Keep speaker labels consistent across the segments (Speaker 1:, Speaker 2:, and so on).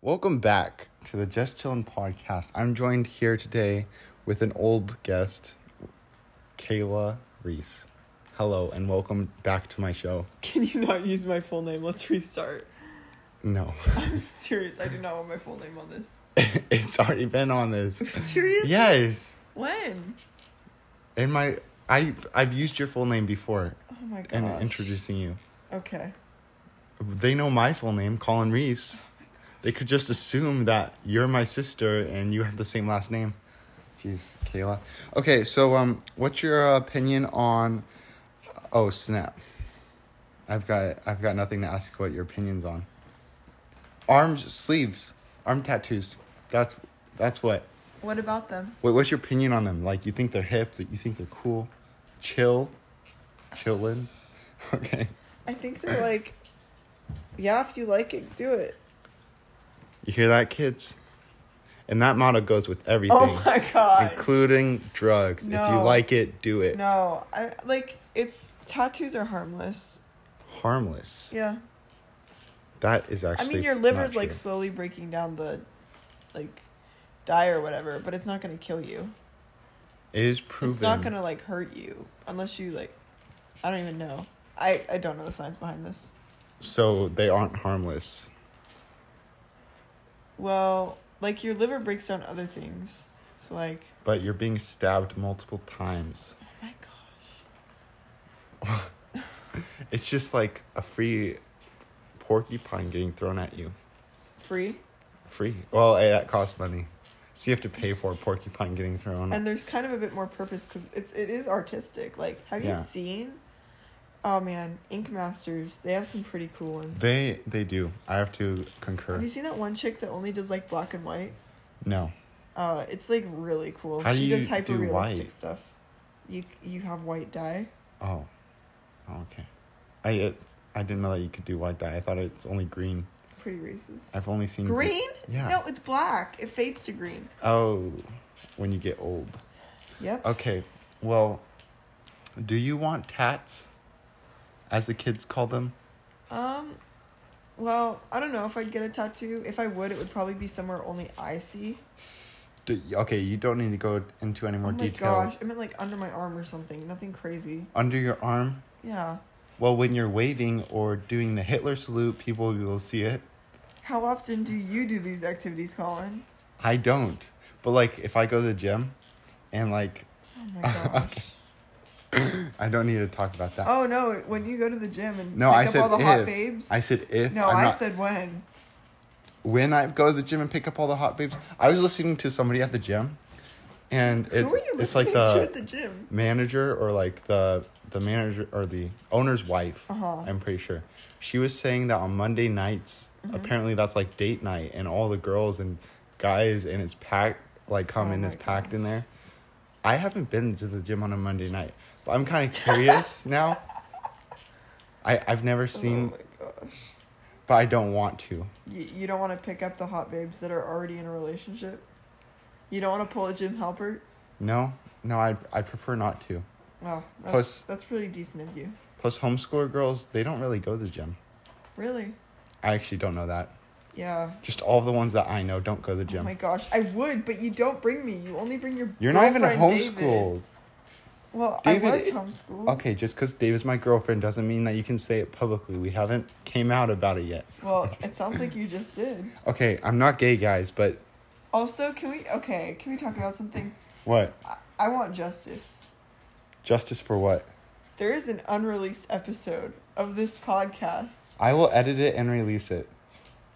Speaker 1: Welcome back to the Just Chillin' podcast. I'm joined here today with an old guest, Kayla Reese. Hello and welcome back to my show.
Speaker 2: Can you not use my full name? Let's restart.
Speaker 1: No,
Speaker 2: I'm serious. I do not want my full name on this.
Speaker 1: it's already been on this.
Speaker 2: Serious?
Speaker 1: Yes,
Speaker 2: When?
Speaker 1: in my I I've used your full name before
Speaker 2: Oh my god.
Speaker 1: in introducing you.
Speaker 2: Okay.
Speaker 1: They know my full name, Colin Reese. They could just assume that you're my sister and you have the same last name. Jeez, Kayla. Okay, so um, what's your opinion on? Oh snap! I've got I've got nothing to ask what your opinions on. Arm sleeves, arm tattoos. That's that's what.
Speaker 2: What about them?
Speaker 1: Wait, what's your opinion on them? Like, you think they're hip? That you think they're cool? Chill, chillin. Okay,
Speaker 2: I think they're like, yeah, if you like it, do it.
Speaker 1: you hear that, kids? And that motto goes with everything.
Speaker 2: Oh my god.
Speaker 1: including drugs. If you
Speaker 2: No.
Speaker 1: like it, do it.
Speaker 2: no, I like it's tattoos are harmless.
Speaker 1: Harmless.
Speaker 2: Yeah.
Speaker 1: That is
Speaker 2: I
Speaker 1: actually.
Speaker 2: mean, your
Speaker 1: not
Speaker 2: liver's like
Speaker 1: true.
Speaker 2: slowly breaking down the, like, dye or whatever, but it's not gonna kill you.
Speaker 1: It is proven.
Speaker 2: It's not gonna like hurt you unless you like. I don't even know. I I don't know the science behind this.
Speaker 1: So they aren't harmless.
Speaker 2: Well, like your liver breaks down other things. So like,
Speaker 1: But you're being stabbed multiple times.
Speaker 2: oh my gosh.
Speaker 1: It's just like a free porcupine getting thrown at you.
Speaker 2: Free.
Speaker 1: Free. Well, eh, that costs money. So you have to pay for a porcupine getting thrown.
Speaker 2: And there's kind of a bit more purpose because it's it is artistic. Like, have
Speaker 1: Yeah.
Speaker 2: you seen? Oh man, Ink Masters. They have some pretty cool ones.
Speaker 1: they they do. I have to concur.
Speaker 2: have you seen that one chick that only does like black and white?
Speaker 1: No.
Speaker 2: Uh, it's like really cool.
Speaker 1: How do
Speaker 2: she does
Speaker 1: you do
Speaker 2: hyper realistic
Speaker 1: white?
Speaker 2: stuff. You you have white dye.
Speaker 1: Oh. oh okay. I it, I didn't know that you could do white dye. I thought it's only green.
Speaker 2: Pretty racist.
Speaker 1: I've only seen gr-
Speaker 2: green?
Speaker 1: Yeah.
Speaker 2: No, it's black. It fades to green.
Speaker 1: Oh, when you get old.
Speaker 2: Yep.
Speaker 1: Okay, well, do you want tats? As the kids call them?
Speaker 2: Um, well, I don't know if I'd get a tattoo. If I would, it would probably be somewhere only I see.
Speaker 1: Do, okay, you don't need to go into any more
Speaker 2: oh my
Speaker 1: detail.
Speaker 2: gosh, I meant like under my arm or something. Nothing crazy.
Speaker 1: Under your arm?
Speaker 2: Yeah.
Speaker 1: Well, when you're waving or doing the Hitler salute, people will see it.
Speaker 2: How often do you do these activities, Colin?
Speaker 1: I don't. But, like, if I go to the gym and, like,
Speaker 2: Oh my gosh.
Speaker 1: I don't need to talk about that.
Speaker 2: oh no, when you go to the gym and
Speaker 1: no,
Speaker 2: pick
Speaker 1: I
Speaker 2: up
Speaker 1: said
Speaker 2: all the
Speaker 1: if.
Speaker 2: hot babes.
Speaker 1: I said if.
Speaker 2: no,
Speaker 1: I'm
Speaker 2: I
Speaker 1: not-
Speaker 2: said when.
Speaker 1: When I go to the gym and pick up all the hot babes. I was listening to somebody at the gym. And it's,
Speaker 2: Who were you listening
Speaker 1: it's like
Speaker 2: to at the gym?
Speaker 1: manager or like the the manager or the owner's wife.
Speaker 2: Uh-huh.
Speaker 1: I'm pretty sure she was saying that on Monday nights,
Speaker 2: Mm-hmm.
Speaker 1: apparently that's like date night, and all the girls and guys and it's packed like come
Speaker 2: Oh
Speaker 1: and
Speaker 2: my
Speaker 1: it's packed in there. I haven't been to the gym on a Monday night, but I'm kind of curious now. I I've never seen,
Speaker 2: Oh my gosh.
Speaker 1: but I don't want to.
Speaker 2: You, you don't want to pick up the hot babes that are already in a relationship? You don't want to pull a gym helper?
Speaker 1: No, no, I I prefer not to.
Speaker 2: Wow, that's,
Speaker 1: Plus-
Speaker 2: that's pretty decent of you.
Speaker 1: Plus, homeschooler girls they don't really go to the gym.
Speaker 2: Really?
Speaker 1: I actually don't know that.
Speaker 2: Yeah.
Speaker 1: Just all the ones that I know don't go to the
Speaker 2: Oh
Speaker 1: gym.
Speaker 2: my gosh, I would, but you don't bring me. You only bring your.
Speaker 1: You're not even a
Speaker 2: girlfriend, David.
Speaker 1: homeschool.
Speaker 2: Well,
Speaker 1: David,
Speaker 2: I was
Speaker 1: it-
Speaker 2: homeschooled.
Speaker 1: Okay, just because David's my girlfriend doesn't mean that you can say it publicly. We haven't came out about it yet.
Speaker 2: Well, it sounds like you just did.
Speaker 1: Okay, I'm not gay, guys, but
Speaker 2: Also, can we? Okay, can we talk about something?
Speaker 1: what?
Speaker 2: I, I want justice.
Speaker 1: Justice for what?
Speaker 2: There is an unreleased episode of this podcast.
Speaker 1: I will edit it and release it.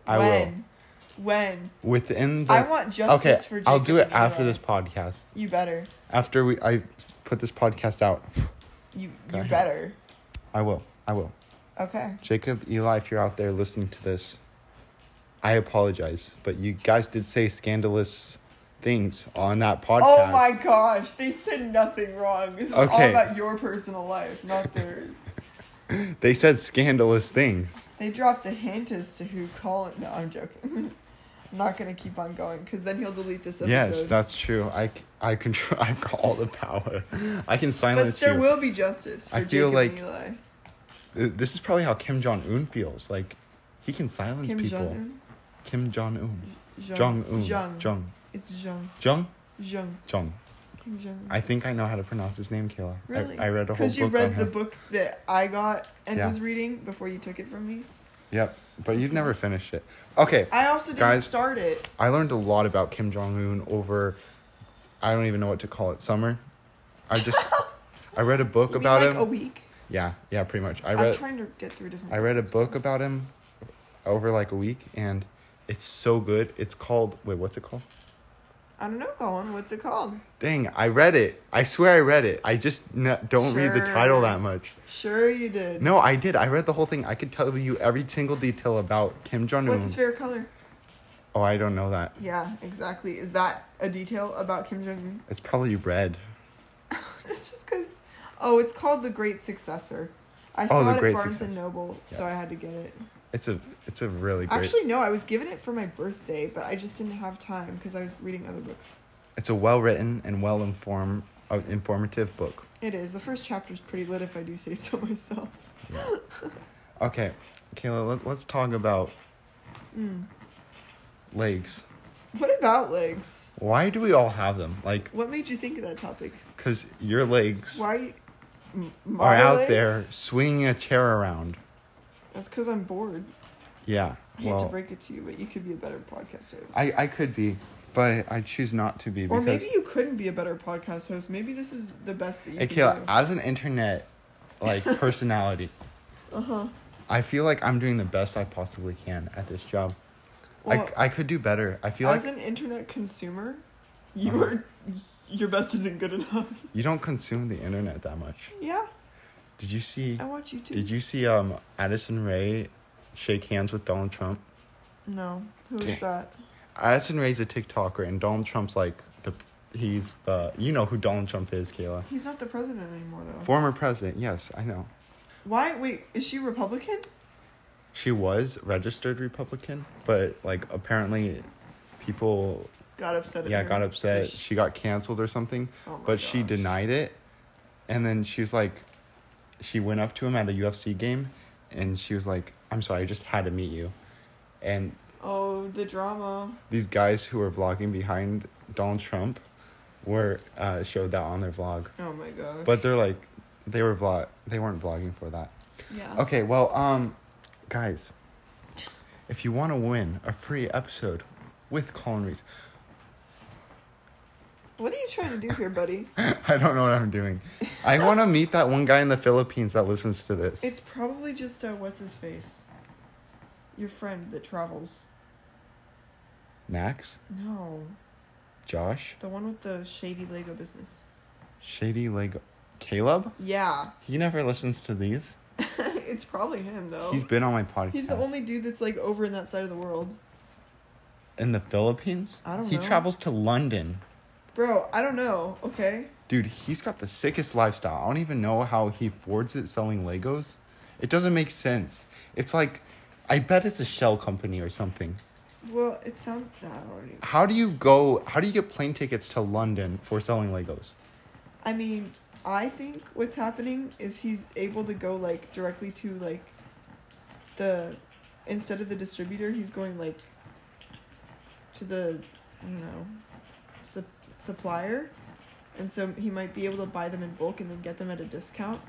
Speaker 1: I
Speaker 2: when? When?
Speaker 1: will. Within the.
Speaker 2: I want justice
Speaker 1: okay,
Speaker 2: for
Speaker 1: I'll
Speaker 2: Jacob
Speaker 1: do it
Speaker 2: and
Speaker 1: after
Speaker 2: Eli.
Speaker 1: this podcast.
Speaker 2: You better.
Speaker 1: After we, I s- put this podcast out.
Speaker 2: You
Speaker 1: Go
Speaker 2: you
Speaker 1: ahead.
Speaker 2: better.
Speaker 1: I will. I will.
Speaker 2: Okay.
Speaker 1: Jacob, Eli, if you're out there listening to this, I apologize, but you guys did say scandalous things on that podcast.
Speaker 2: Oh my gosh, they said nothing wrong. This is all
Speaker 1: Okay.
Speaker 2: about your personal life, not theirs.
Speaker 1: They said scandalous things.
Speaker 2: They dropped a hint as to who Colin. No, I'm joking. I'm not gonna keep on going because then he'll delete this episode.
Speaker 1: Yes, that's true. I, c- I control. I've got all the power. I can
Speaker 2: But
Speaker 1: silence
Speaker 2: there
Speaker 1: you.
Speaker 2: will be justice for
Speaker 1: I feel
Speaker 2: Jacob
Speaker 1: like
Speaker 2: and Eli.
Speaker 1: Th- This is probably how Kim Jong Un feels. Like, he can silence
Speaker 2: Kim
Speaker 1: people.
Speaker 2: Jong
Speaker 1: Kim Jong Un.
Speaker 2: Un.
Speaker 1: Jong Un.
Speaker 2: Jung.
Speaker 1: Jong.
Speaker 2: It's Jung.
Speaker 1: Jong.
Speaker 2: Jung.
Speaker 1: Jong.
Speaker 2: Kim Jung.
Speaker 1: I think I know how to pronounce his name, Kayla. I-
Speaker 2: Really?
Speaker 1: I, read a whole
Speaker 2: Because
Speaker 1: book
Speaker 2: you
Speaker 1: on
Speaker 2: read the
Speaker 1: him.
Speaker 2: book that I got and
Speaker 1: Yeah.
Speaker 2: was reading before you took it from me.
Speaker 1: Yep, but you've never finished it. Okay,
Speaker 2: I also didn't
Speaker 1: Guys-
Speaker 2: start it.
Speaker 1: I learned a lot about Kim Jong Un over. I don't even know what to call it. Summer. I just. I read a book
Speaker 2: You mean,
Speaker 1: about
Speaker 2: like
Speaker 1: him.
Speaker 2: a week.
Speaker 1: yeah, yeah, pretty much. I
Speaker 2: I am
Speaker 1: read.
Speaker 2: trying to get through different.
Speaker 1: I read a
Speaker 2: books.
Speaker 1: book about him over like a week, and it's so good. It's called. Wait, what's it called?
Speaker 2: I don't know, Colin. What's it called?
Speaker 1: Dang, I read it. I swear I read it. I just n- don't read the title
Speaker 2: Sure.
Speaker 1: that much.
Speaker 2: Sure, you did.
Speaker 1: No, I did. I read the whole thing. I could tell you every single detail about Kim Jong Un.
Speaker 2: What's his favorite color?
Speaker 1: Oh, I don't know that.
Speaker 2: Yeah, exactly. Is that a detail about Kim Jong Un?
Speaker 1: It's probably red.
Speaker 2: it's just because. Oh, it's called the Great Successor. I saw
Speaker 1: Oh, The
Speaker 2: it
Speaker 1: Great
Speaker 2: at Barnes and
Speaker 1: Successor.
Speaker 2: Noble, so I
Speaker 1: Yes.
Speaker 2: had to get it.
Speaker 1: It's a it's a really great.
Speaker 2: Actually, no, I was given it for my birthday, but I just didn't have time because I was reading other books.
Speaker 1: it's a well written and well informed, uh, informative book.
Speaker 2: It is. The first chapter's pretty lit, if I do say so myself.
Speaker 1: Okay, Kayla, let, let's talk about
Speaker 2: Mm.
Speaker 1: legs.
Speaker 2: What about legs?
Speaker 1: Why do we all have them? Like,
Speaker 2: What made you think of that topic?
Speaker 1: cause your legs
Speaker 2: Why m- my
Speaker 1: are out
Speaker 2: legs?
Speaker 1: there swinging a chair around.
Speaker 2: That's because I'm bored.
Speaker 1: Yeah.
Speaker 2: I hate to
Speaker 1: Well,
Speaker 2: break it to you, but you could be a better podcast host.
Speaker 1: I I could be, but I choose not to be
Speaker 2: or
Speaker 1: because.
Speaker 2: maybe you couldn't be a better podcast host. Maybe this is the best that you
Speaker 1: Hey,
Speaker 2: can
Speaker 1: Kayla,
Speaker 2: do.
Speaker 1: as an internet like personality,
Speaker 2: Uh huh.
Speaker 1: I feel like I'm doing the best I possibly can at this job.
Speaker 2: Well,
Speaker 1: I, I could do better. I feel
Speaker 2: as
Speaker 1: like
Speaker 2: an internet consumer, you
Speaker 1: Uh-huh.
Speaker 2: are your best isn't good enough.
Speaker 1: you don't consume the internet that much.
Speaker 2: yeah,
Speaker 1: Did you see?
Speaker 2: I want you to.
Speaker 1: Did you see um Addison Ray shake hands with Donald Trump?
Speaker 2: No, who is
Speaker 1: Dang.
Speaker 2: that?
Speaker 1: Addison Ray's a TikToker, and Donald Trump's like the he's the you know who Donald Trump is, Kayla.
Speaker 2: He's not the president anymore, though.
Speaker 1: Former president. Yes, I know.
Speaker 2: Why? Wait, is she Republican?
Speaker 1: She was registered Republican, but like apparently, people
Speaker 2: Got upset. At
Speaker 1: yeah
Speaker 2: her
Speaker 1: got upset.
Speaker 2: 'cause she-
Speaker 1: She got canceled or something.
Speaker 2: oh my
Speaker 1: but she
Speaker 2: gosh.
Speaker 1: denied it and then she was like she went up to him at a ufc game and she was like i'm sorry i just had to meet you and
Speaker 2: Oh, the drama.
Speaker 1: these guys who were vlogging behind donald trump were uh, showed that on their vlog
Speaker 2: Oh my gosh.
Speaker 1: but they're like they were vlog they weren't vlogging for that
Speaker 2: yeah.
Speaker 1: okay well um guys if you want to win a free episode with colin reese
Speaker 2: What are you trying to do here, buddy?
Speaker 1: i don't know what i'm doing i want to meet that one guy in the philippines that listens to this
Speaker 2: It's probably just uh, what's his face, your friend that travels.
Speaker 1: max
Speaker 2: No,
Speaker 1: Josh,
Speaker 2: the one with the shady Lego business.
Speaker 1: Shady Lego, Caleb.
Speaker 2: Yeah,
Speaker 1: He never listens to these.
Speaker 2: it's probably him though.
Speaker 1: He's been on my podcast.
Speaker 2: Oh. He's the only dude that's like over in that side of the world,
Speaker 1: in the Philippines.
Speaker 2: I don't
Speaker 1: He
Speaker 2: know.
Speaker 1: travels to London,
Speaker 2: bro. I don't know. Okay,
Speaker 1: dude. He's got the sickest lifestyle. I don't even know how he affords it selling Legos. It doesn't make sense. It's like, I bet it's a shell company or something.
Speaker 2: well, it sounds. I don't even.
Speaker 1: How do you go? How do you get plane tickets to London for selling Legos?
Speaker 2: I mean, I think what's happening is he's able to go like directly to like the instead of the distributor, he's going like to the I don't know sup- supplier, and so he might be able to buy them in bulk and then get them at a discount.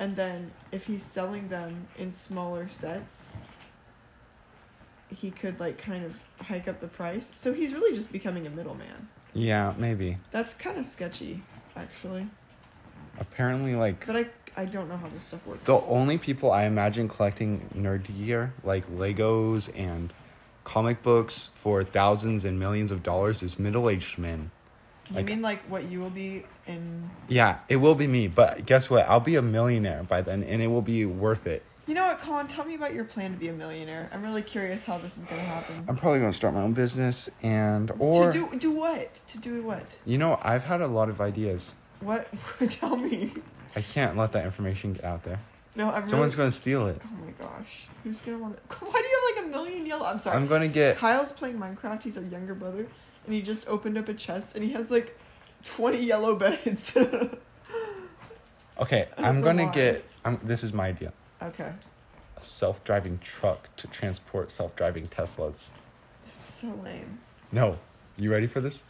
Speaker 2: And then if he's selling them in smaller sets, he could like kind of hike up the price. So he's really just becoming a middleman.
Speaker 1: Yeah, maybe.
Speaker 2: That's kind of sketchy, actually.
Speaker 1: Apparently, like
Speaker 2: But I I don't know how this stuff works.
Speaker 1: The only people I imagine collecting nerd gear, like Legos and comic books for thousands and millions of dollars, is middle aged men.
Speaker 2: you
Speaker 1: like-
Speaker 2: mean like what you will be in?
Speaker 1: Yeah, it will be me, but guess what? I'll be a millionaire by then and it will be worth it.
Speaker 2: You know what, Colin? Tell me about your plan to be a millionaire. I'm really curious how this is gonna happen.
Speaker 1: I'm probably going to start my own business and, or,
Speaker 2: to do do what? To do what?
Speaker 1: you know, I've had a lot of ideas.
Speaker 2: What? tell me.
Speaker 1: I can't let that information get out there.
Speaker 2: No, I'm
Speaker 1: Someone's
Speaker 2: really.
Speaker 1: going to steal it.
Speaker 2: oh my gosh, who's gonna want? to Why do you have like a million yellow. I'm sorry.
Speaker 1: I'm gonna get.
Speaker 2: Kyle's playing Minecraft. He's our younger brother, and he just opened up a chest, and he has like twenty yellow beds.
Speaker 1: Okay,
Speaker 2: I don't
Speaker 1: I'm
Speaker 2: know
Speaker 1: gonna
Speaker 2: why.
Speaker 1: get. I'm, this is my idea.
Speaker 2: okay,
Speaker 1: A self-driving truck to transport self-driving Teslas.
Speaker 2: that's so lame.
Speaker 1: No, you ready for this?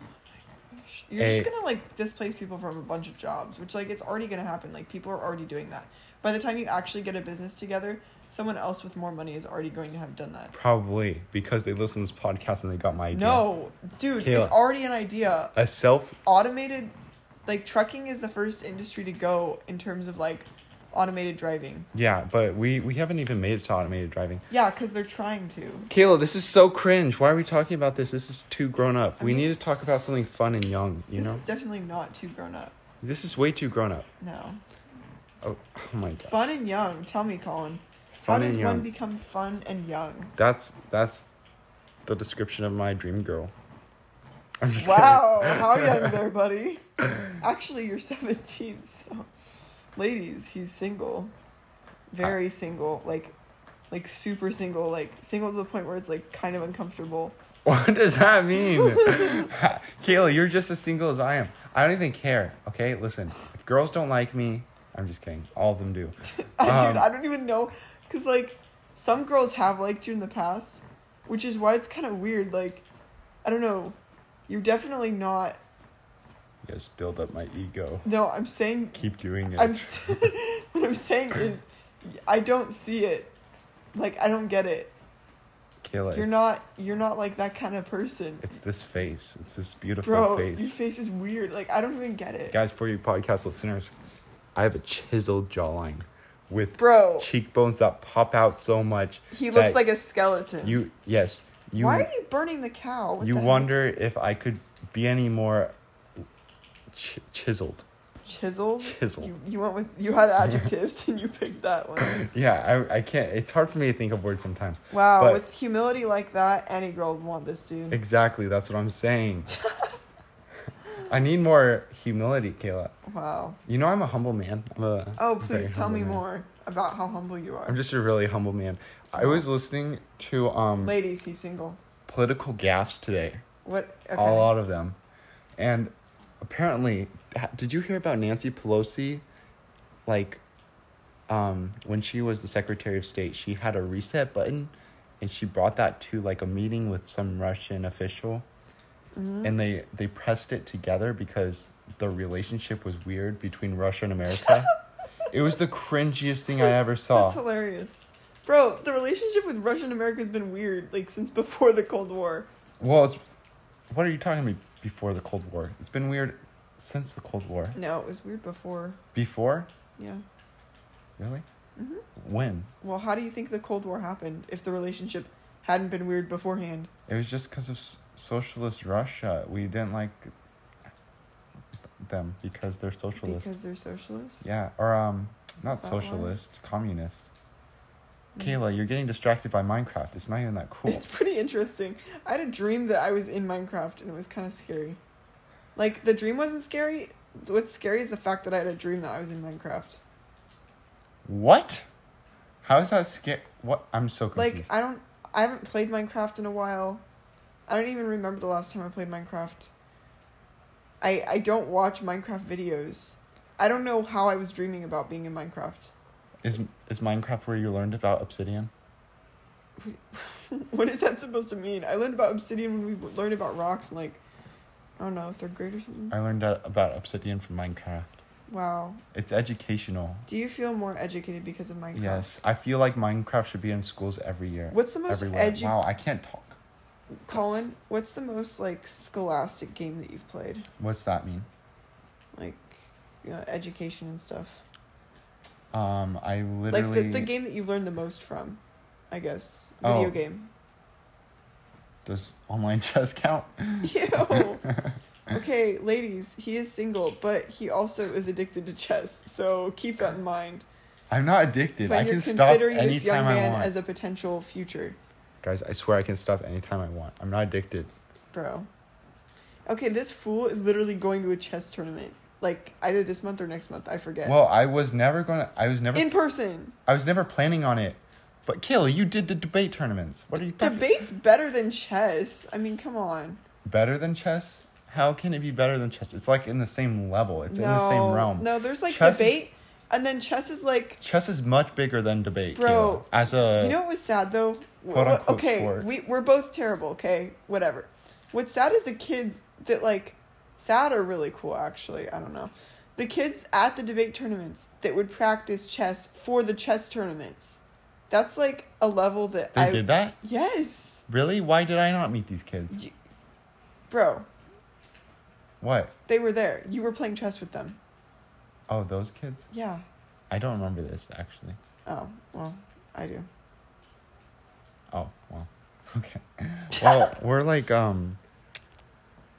Speaker 2: You're
Speaker 1: Hey.
Speaker 2: just gonna like displace people from a bunch of jobs, which like it's already gonna happen. Like people are already doing that. By the time you actually get a business together, someone else with more money is already going to have done that.
Speaker 1: Probably because they listen to this podcast and they got my idea.
Speaker 2: No, dude,
Speaker 1: Kayla.
Speaker 2: it's already an idea.
Speaker 1: A self.
Speaker 2: Automated, like trucking is the first industry to go in terms of like automated driving.
Speaker 1: Yeah, but we we haven't even made it to automated driving.
Speaker 2: Yeah, because they're trying to.
Speaker 1: Kayla, this is so cringe. Why are we talking about this? This is too grown up.
Speaker 2: I'm
Speaker 1: we
Speaker 2: just-
Speaker 1: need to talk about something fun and young. You
Speaker 2: this
Speaker 1: know,
Speaker 2: is definitely not too grown up.
Speaker 1: this is way too grown up.
Speaker 2: No.
Speaker 1: Oh, oh my god.
Speaker 2: Fun and young. Tell me, Colin.
Speaker 1: Fun
Speaker 2: How does
Speaker 1: and young.
Speaker 2: one become fun and young?
Speaker 1: That's that's the description of my dream girl. I'm just
Speaker 2: Wow, how young there, buddy. Actually, you're 17, so. Ladies, he's single. Very single. Like, like super single. Like, single to the point where it's, like, kind of uncomfortable.
Speaker 1: kidding. What does that mean? Kayla, you're just as single as I am. I don't even care. Okay, listen. If girls don't like me, I'm just kidding. All of them do.
Speaker 2: Oh, Dude,
Speaker 1: Um,
Speaker 2: I don't even know. Because, like, some girls have liked you in the past, which is why it's kind of weird. Like, I don't know. You're definitely not.
Speaker 1: You guys build up my ego.
Speaker 2: No, I'm saying
Speaker 1: Keep doing it.
Speaker 2: I'm s- what I'm saying is I don't see it. Like I don't get it.
Speaker 1: Kayla,
Speaker 2: You're
Speaker 1: it's-
Speaker 2: not you're not like that kind of person.
Speaker 1: It's this face. It's this beautiful
Speaker 2: Bro,
Speaker 1: face.
Speaker 2: your face is weird. Like I don't even get it.
Speaker 1: Guys, for you podcast listeners, I have a chiseled jawline with
Speaker 2: Bro,
Speaker 1: cheekbones that pop out so much.
Speaker 2: he looks
Speaker 1: that
Speaker 2: like a skeleton.
Speaker 1: you. Yes, you.
Speaker 2: Why are you burning the cow? What
Speaker 1: you
Speaker 2: the heck?
Speaker 1: wonder if I could be any more ch- chiseled.
Speaker 2: chiseled?
Speaker 1: Chiseled.
Speaker 2: You, you went with you had adjectives and you picked that one.
Speaker 1: Yeah, I, I can't. It's hard for me to think of words sometimes.
Speaker 2: Wow,
Speaker 1: But-
Speaker 2: with humility like that, any girl would want this dude.
Speaker 1: Exactly, that's what I'm saying. I need more humility, Kayla.
Speaker 2: wow.
Speaker 1: You know I'm a humble man. I'm a
Speaker 2: Oh,
Speaker 1: very
Speaker 2: please tell
Speaker 1: humble
Speaker 2: me
Speaker 1: man.
Speaker 2: more about how humble you are.
Speaker 1: I'm just a really humble man. I was listening to um
Speaker 2: Ladies, he's single.
Speaker 1: political gaffes today,
Speaker 2: What? Okay.
Speaker 1: all out of them, and apparently, ha- did you hear about Nancy Pelosi? Like, um, when she was the Secretary of State, she had a reset button, and she brought that to like a meeting with some Russian official,
Speaker 2: Mm-hmm.
Speaker 1: and they they pressed it together because the relationship was weird between Russia and America. it was the cringiest thing I ever saw.
Speaker 2: That's hilarious. Bro, the relationship with Russia and America has been weird, like, since before the Cold War.
Speaker 1: Well, it's, what are you talking about before the Cold War? It's been weird since the Cold War.
Speaker 2: No, it was weird before.
Speaker 1: Before?
Speaker 2: Yeah.
Speaker 1: Really?
Speaker 2: Mm-hmm.
Speaker 1: When?
Speaker 2: Well, how do you think the Cold War happened if the relationship hadn't been weird beforehand?
Speaker 1: It was just because of s- socialist Russia. We didn't like them because they're socialist.
Speaker 2: Because they're socialists?
Speaker 1: yeah, or um,
Speaker 2: Is
Speaker 1: not
Speaker 2: that why?
Speaker 1: socialist, communist.
Speaker 2: Mm.
Speaker 1: Kayla, you're getting distracted by Minecraft. It's not even that cool.
Speaker 2: It's pretty interesting. I had a dream that I was in Minecraft and it was kind of scary. Like, the dream wasn't scary. What's scary is the fact that I had a dream that I was in Minecraft.
Speaker 1: what? How is that scary? What? I'm so confused.
Speaker 2: Like, I don't. I haven't played Minecraft in a while. I don't even remember the last time I played Minecraft. I I don't watch Minecraft videos. I don't know how I was dreaming about being in Minecraft.
Speaker 1: is is Minecraft where you learned about obsidian?
Speaker 2: what is that supposed to mean? I learned about obsidian when we learned about rocks in like I don't know, third grade or something.
Speaker 1: I learned that, about obsidian from Minecraft.
Speaker 2: Wow.
Speaker 1: It's educational.
Speaker 2: Do you feel more educated because of Minecraft?
Speaker 1: Yes, I feel like Minecraft should be in schools every year.
Speaker 2: What's the most
Speaker 1: Everywhere.
Speaker 2: edu
Speaker 1: wow, I can't talk.
Speaker 2: Colin? What's the most like scholastic game that you've played?
Speaker 1: What's that mean?
Speaker 2: Like you know, education and stuff.
Speaker 1: Um, I literally
Speaker 2: Like the, the game that you learned the most from, I guess. Video
Speaker 1: Oh.
Speaker 2: game.
Speaker 1: does online chess count?
Speaker 2: Ew. okay, ladies, he is single, but he also is addicted to chess. So keep that in mind
Speaker 1: I'm not addicted.
Speaker 2: when
Speaker 1: I
Speaker 2: you're
Speaker 1: can stop
Speaker 2: considering this
Speaker 1: anytime
Speaker 2: young
Speaker 1: I
Speaker 2: man
Speaker 1: want.
Speaker 2: as a potential future,
Speaker 1: Guys, I swear I can stop anytime I want. I'm not addicted.
Speaker 2: bro. Okay, this fool is literally going to a chess tournament. Like either this month or next month, I forget.
Speaker 1: Well, I was never gonna. I was never.
Speaker 2: in person.
Speaker 1: I was never planning on it, But Kayla, you did the debate tournaments. What are you talking-
Speaker 2: Debate's better than chess. I mean, come on.
Speaker 1: better than chess? How can it be better than chess? It's like in the same level. It's in the same realm.
Speaker 2: No, there's like
Speaker 1: Chess is-
Speaker 2: debate, and then chess is like.
Speaker 1: Chess is much bigger than debate, Kayla,
Speaker 2: Bro,
Speaker 1: As a
Speaker 2: You know what was sad though? Wh-
Speaker 1: Quote,
Speaker 2: wh-
Speaker 1: unquote,
Speaker 2: okay,
Speaker 1: sport.
Speaker 2: we we're both terrible. Okay, whatever. What's sad is the kids that like sad are really cool. Actually, I don't know. The kids at the debate tournaments that would practice chess for the chess tournaments. That's like a level that
Speaker 1: they
Speaker 2: I
Speaker 1: did that.
Speaker 2: Yes,
Speaker 1: Really? Why did I not meet these kids?
Speaker 2: Y- bro.
Speaker 1: What?
Speaker 2: They were there. You were playing chess with them.
Speaker 1: Oh, those kids?
Speaker 2: Yeah.
Speaker 1: I don't remember this actually.
Speaker 2: Oh well, I do.
Speaker 1: Oh, well. Okay. Well, we're like um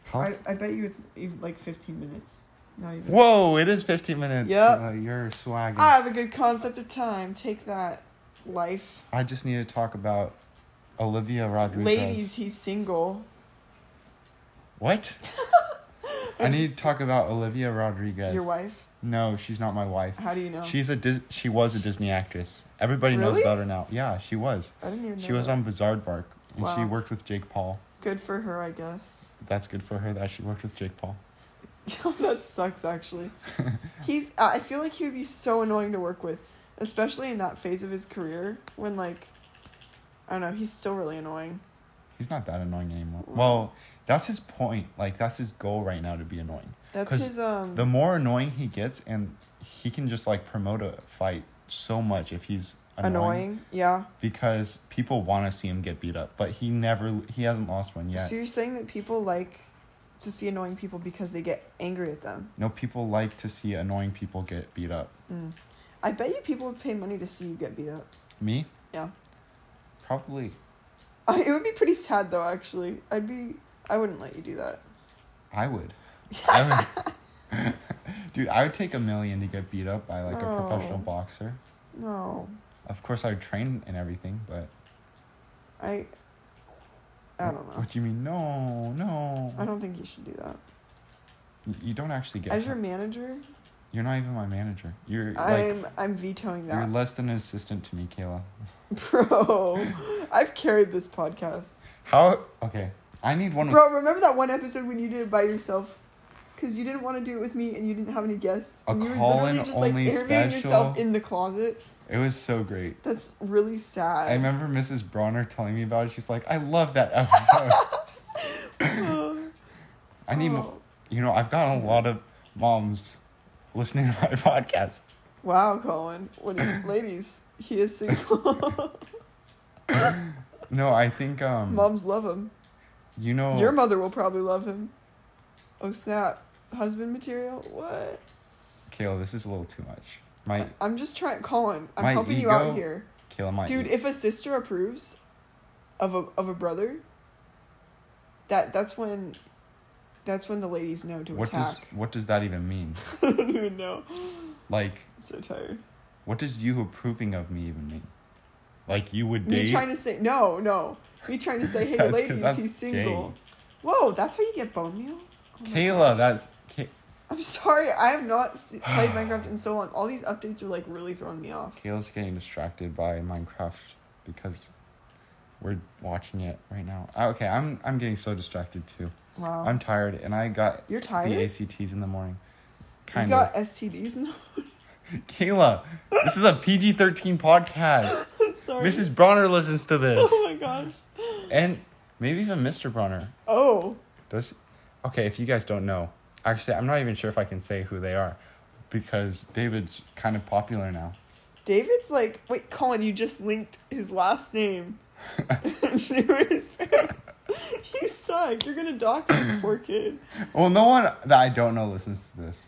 Speaker 1: how-
Speaker 2: I, I bet you it's even like fifteen minutes. Not even.
Speaker 1: Whoa, it is 15 minutes.
Speaker 2: Yep.
Speaker 1: Kayla, Uh, you're swagging.
Speaker 2: I have a good concept of time. Take that, life.
Speaker 1: I just need to talk about Olivia Rodrigo.
Speaker 2: Ladies, he's single.
Speaker 1: What? I need to talk about Olivia Rodriguez.
Speaker 2: Your wife?
Speaker 1: No, she's not my wife.
Speaker 2: How do you know?
Speaker 1: She's a Dis- she was a Disney actress. Everybody knows
Speaker 2: Really?
Speaker 1: about her now. Yeah, she was.
Speaker 2: I didn't even know.
Speaker 1: She was
Speaker 2: that.
Speaker 1: on Bizarre Bark and she
Speaker 2: Wow.
Speaker 1: worked with Jake Paul.
Speaker 2: Good for her, I guess.
Speaker 1: That's good for her that she worked with Jake Paul.
Speaker 2: that sucks, actually. he's. I I feel like he would be so annoying to work with, especially in that phase of his career when like, I don't know. He's still really annoying.
Speaker 1: He's not that annoying anymore.
Speaker 2: Mm.
Speaker 1: Well, that's his point. Like that's his goal right now to be annoying.
Speaker 2: That's
Speaker 1: 'Cause
Speaker 2: his um.
Speaker 1: The more annoying he gets, and he can just like promote a fight so much if he's annoying,
Speaker 2: annoying. Yeah.
Speaker 1: because people want to see him get beat up. But he never he hasn't lost one yet.
Speaker 2: So you're saying that people like to see annoying people because they get angry at them.
Speaker 1: no, people like to see annoying people get beat up.
Speaker 2: Mm. I bet you people would pay money to see you get beat up.
Speaker 1: Me?
Speaker 2: Yeah.
Speaker 1: Probably.
Speaker 2: I, it would be pretty sad though, actually. I'd be. I wouldn't let you do that.
Speaker 1: I would. I would. Dude, I would take a million to get beat up by like a professional
Speaker 2: No.
Speaker 1: boxer.
Speaker 2: No.
Speaker 1: Of course, I would train and everything, but
Speaker 2: I. I don't know.
Speaker 1: What do you mean? No, no.
Speaker 2: I don't think you should do that.
Speaker 1: Y- You don't actually get.
Speaker 2: As your
Speaker 1: her-
Speaker 2: manager,
Speaker 1: You're not even my manager. You're like
Speaker 2: I'm I'm vetoing
Speaker 1: you're
Speaker 2: that,
Speaker 1: less than an assistant to me, Kayla.
Speaker 2: bro. I've carried this podcast,
Speaker 1: How? Okay, I need one.
Speaker 2: bro. Remember that one episode when you did it by yourself, because you didn't want to do it with me and you didn't have any guests.
Speaker 1: A
Speaker 2: and you
Speaker 1: call-in only
Speaker 2: yourself
Speaker 1: special.
Speaker 2: in the closet.
Speaker 1: It was so great.
Speaker 2: That's really sad.
Speaker 1: I remember Mrs. Bronner telling me about it. She's like, "I love that episode. I need more."
Speaker 2: Oh.
Speaker 1: You know, I've got a lot of moms listening to my podcast.
Speaker 2: Wow, Colin. What do you, ladies? He is single.
Speaker 1: No, I think um,
Speaker 2: Moms love him.
Speaker 1: you know,
Speaker 2: Your mother will probably love him. Oh snap! Husband material. What?
Speaker 1: Kayla, this is a little too much. My
Speaker 2: I- I'm just trying, Colin. I'm
Speaker 1: my
Speaker 2: helping you out
Speaker 1: ego-
Speaker 2: here,
Speaker 1: Kayla, my e-,
Speaker 2: dude. If a sister approves of a of a brother, that that's when, that's when the ladies know to
Speaker 1: what does
Speaker 2: attack.
Speaker 1: what does that even mean?
Speaker 2: I don't even know.
Speaker 1: Like,
Speaker 2: so tired.
Speaker 1: What does you approving of me even mean? Like you would date?
Speaker 2: Me trying to say no, no. Me trying to say, hey,
Speaker 1: That's 'cause
Speaker 2: ladies,
Speaker 1: that's
Speaker 2: he's single.
Speaker 1: gay.
Speaker 2: Whoa, that's how you get bone meal. Oh my
Speaker 1: Kayla, that's Kay-
Speaker 2: I'm sorry, I have not se- played Minecraft in so long. All these updates are like really throwing me off.
Speaker 1: Kayla's getting distracted by Minecraft because we're watching it right now. Ah, Okay, I'm I'm getting so distracted too.
Speaker 2: Wow.
Speaker 1: I'm tired and I got
Speaker 2: You're
Speaker 1: the
Speaker 2: Oh. tired?
Speaker 1: ACTs in the morning. Kind
Speaker 2: you got STDs in the
Speaker 1: of. Kayla, this is a PG-13 podcast.
Speaker 2: I'm sorry.
Speaker 1: Mrs. Bronner listens to this,
Speaker 2: Oh my gosh.
Speaker 1: and maybe even Mr. Bronner.
Speaker 2: Oh.
Speaker 1: Does okay? If you guys don't know, actually, I'm not even sure if I can say who they are, because David's kind of popular now.
Speaker 2: David's like, wait, Colin, you just linked his last name. Near his family. you suck. You're gonna dox this poor kid.
Speaker 1: Well, no one that I don't know listens to this,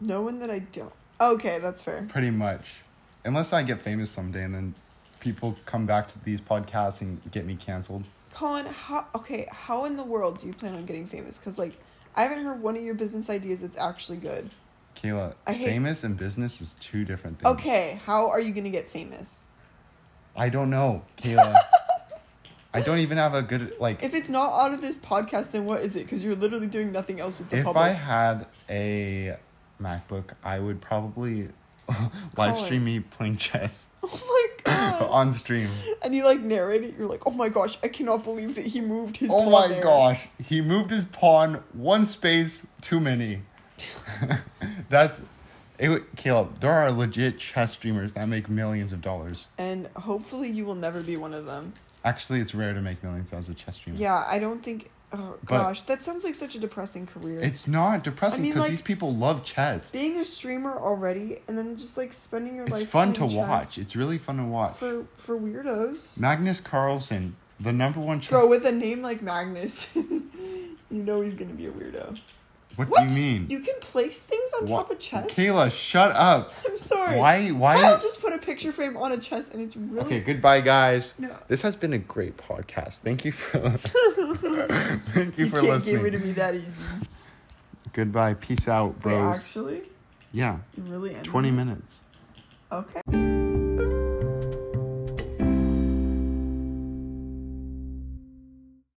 Speaker 2: No one that I don't. Okay, that's fair.
Speaker 1: pretty much, unless I get famous someday and then people come back to these podcasts and get me canceled.
Speaker 2: Colin, how okay? How in the world do you plan on getting famous? Because like, I haven't heard one of your business ideas that's actually good.
Speaker 1: Kayla,
Speaker 2: I hate-
Speaker 1: famous and business is two different things.
Speaker 2: Okay, how are you gonna get famous?
Speaker 1: I don't know, Kayla. I don't even have a good like.
Speaker 2: If it's not out of this podcast, then what is it? Because you're literally doing nothing else with the
Speaker 1: If
Speaker 2: public.
Speaker 1: I had a MacBook, I would probably live stream me playing chess.
Speaker 2: oh my god.
Speaker 1: on stream.
Speaker 2: And you like narrate it, you're like, oh my gosh, I cannot believe that he moved his
Speaker 1: Oh
Speaker 2: pawn
Speaker 1: my
Speaker 2: there."
Speaker 1: gosh, he moved his pawn one space too many. That's it. would- Caleb, there are legit chess streamers that make millions of dollars.
Speaker 2: And hopefully you will never be one of them.
Speaker 1: Actually, it's rare to make millions as a chess streamer.
Speaker 2: Yeah, I don't think oh gosh, that sounds like such a depressing career.
Speaker 1: It's not depressing
Speaker 2: I mean,
Speaker 1: because
Speaker 2: like-
Speaker 1: these people love chess.
Speaker 2: Being a streamer already and then just like spending your
Speaker 1: It's
Speaker 2: life
Speaker 1: fun to
Speaker 2: playing chess
Speaker 1: watch. It's really fun to watch.
Speaker 2: for for weirdos.
Speaker 1: Magnus Carlsen, the number one chess.
Speaker 2: Bro, with a name like Magnus, you know he's gonna be a weirdo.
Speaker 1: what,
Speaker 2: What
Speaker 1: do you mean?
Speaker 2: You can place things on
Speaker 1: Wha-
Speaker 2: top of chess.
Speaker 1: Kayla, shut up.
Speaker 2: I'm sorry.
Speaker 1: Why? Why?
Speaker 2: Kyle just put a picture frame on a chess, and it's really
Speaker 1: Okay, goodbye, guys.
Speaker 2: No.
Speaker 1: This has been a great podcast. Thank you for thank you,
Speaker 2: You
Speaker 1: for
Speaker 2: can't get
Speaker 1: listening.
Speaker 2: rid of me that easy.
Speaker 1: Goodbye. Peace out,
Speaker 2: Wait,
Speaker 1: bros.
Speaker 2: actually,
Speaker 1: Yeah,
Speaker 2: you really ended
Speaker 1: twenty
Speaker 2: it?
Speaker 1: minutes.
Speaker 2: Okay.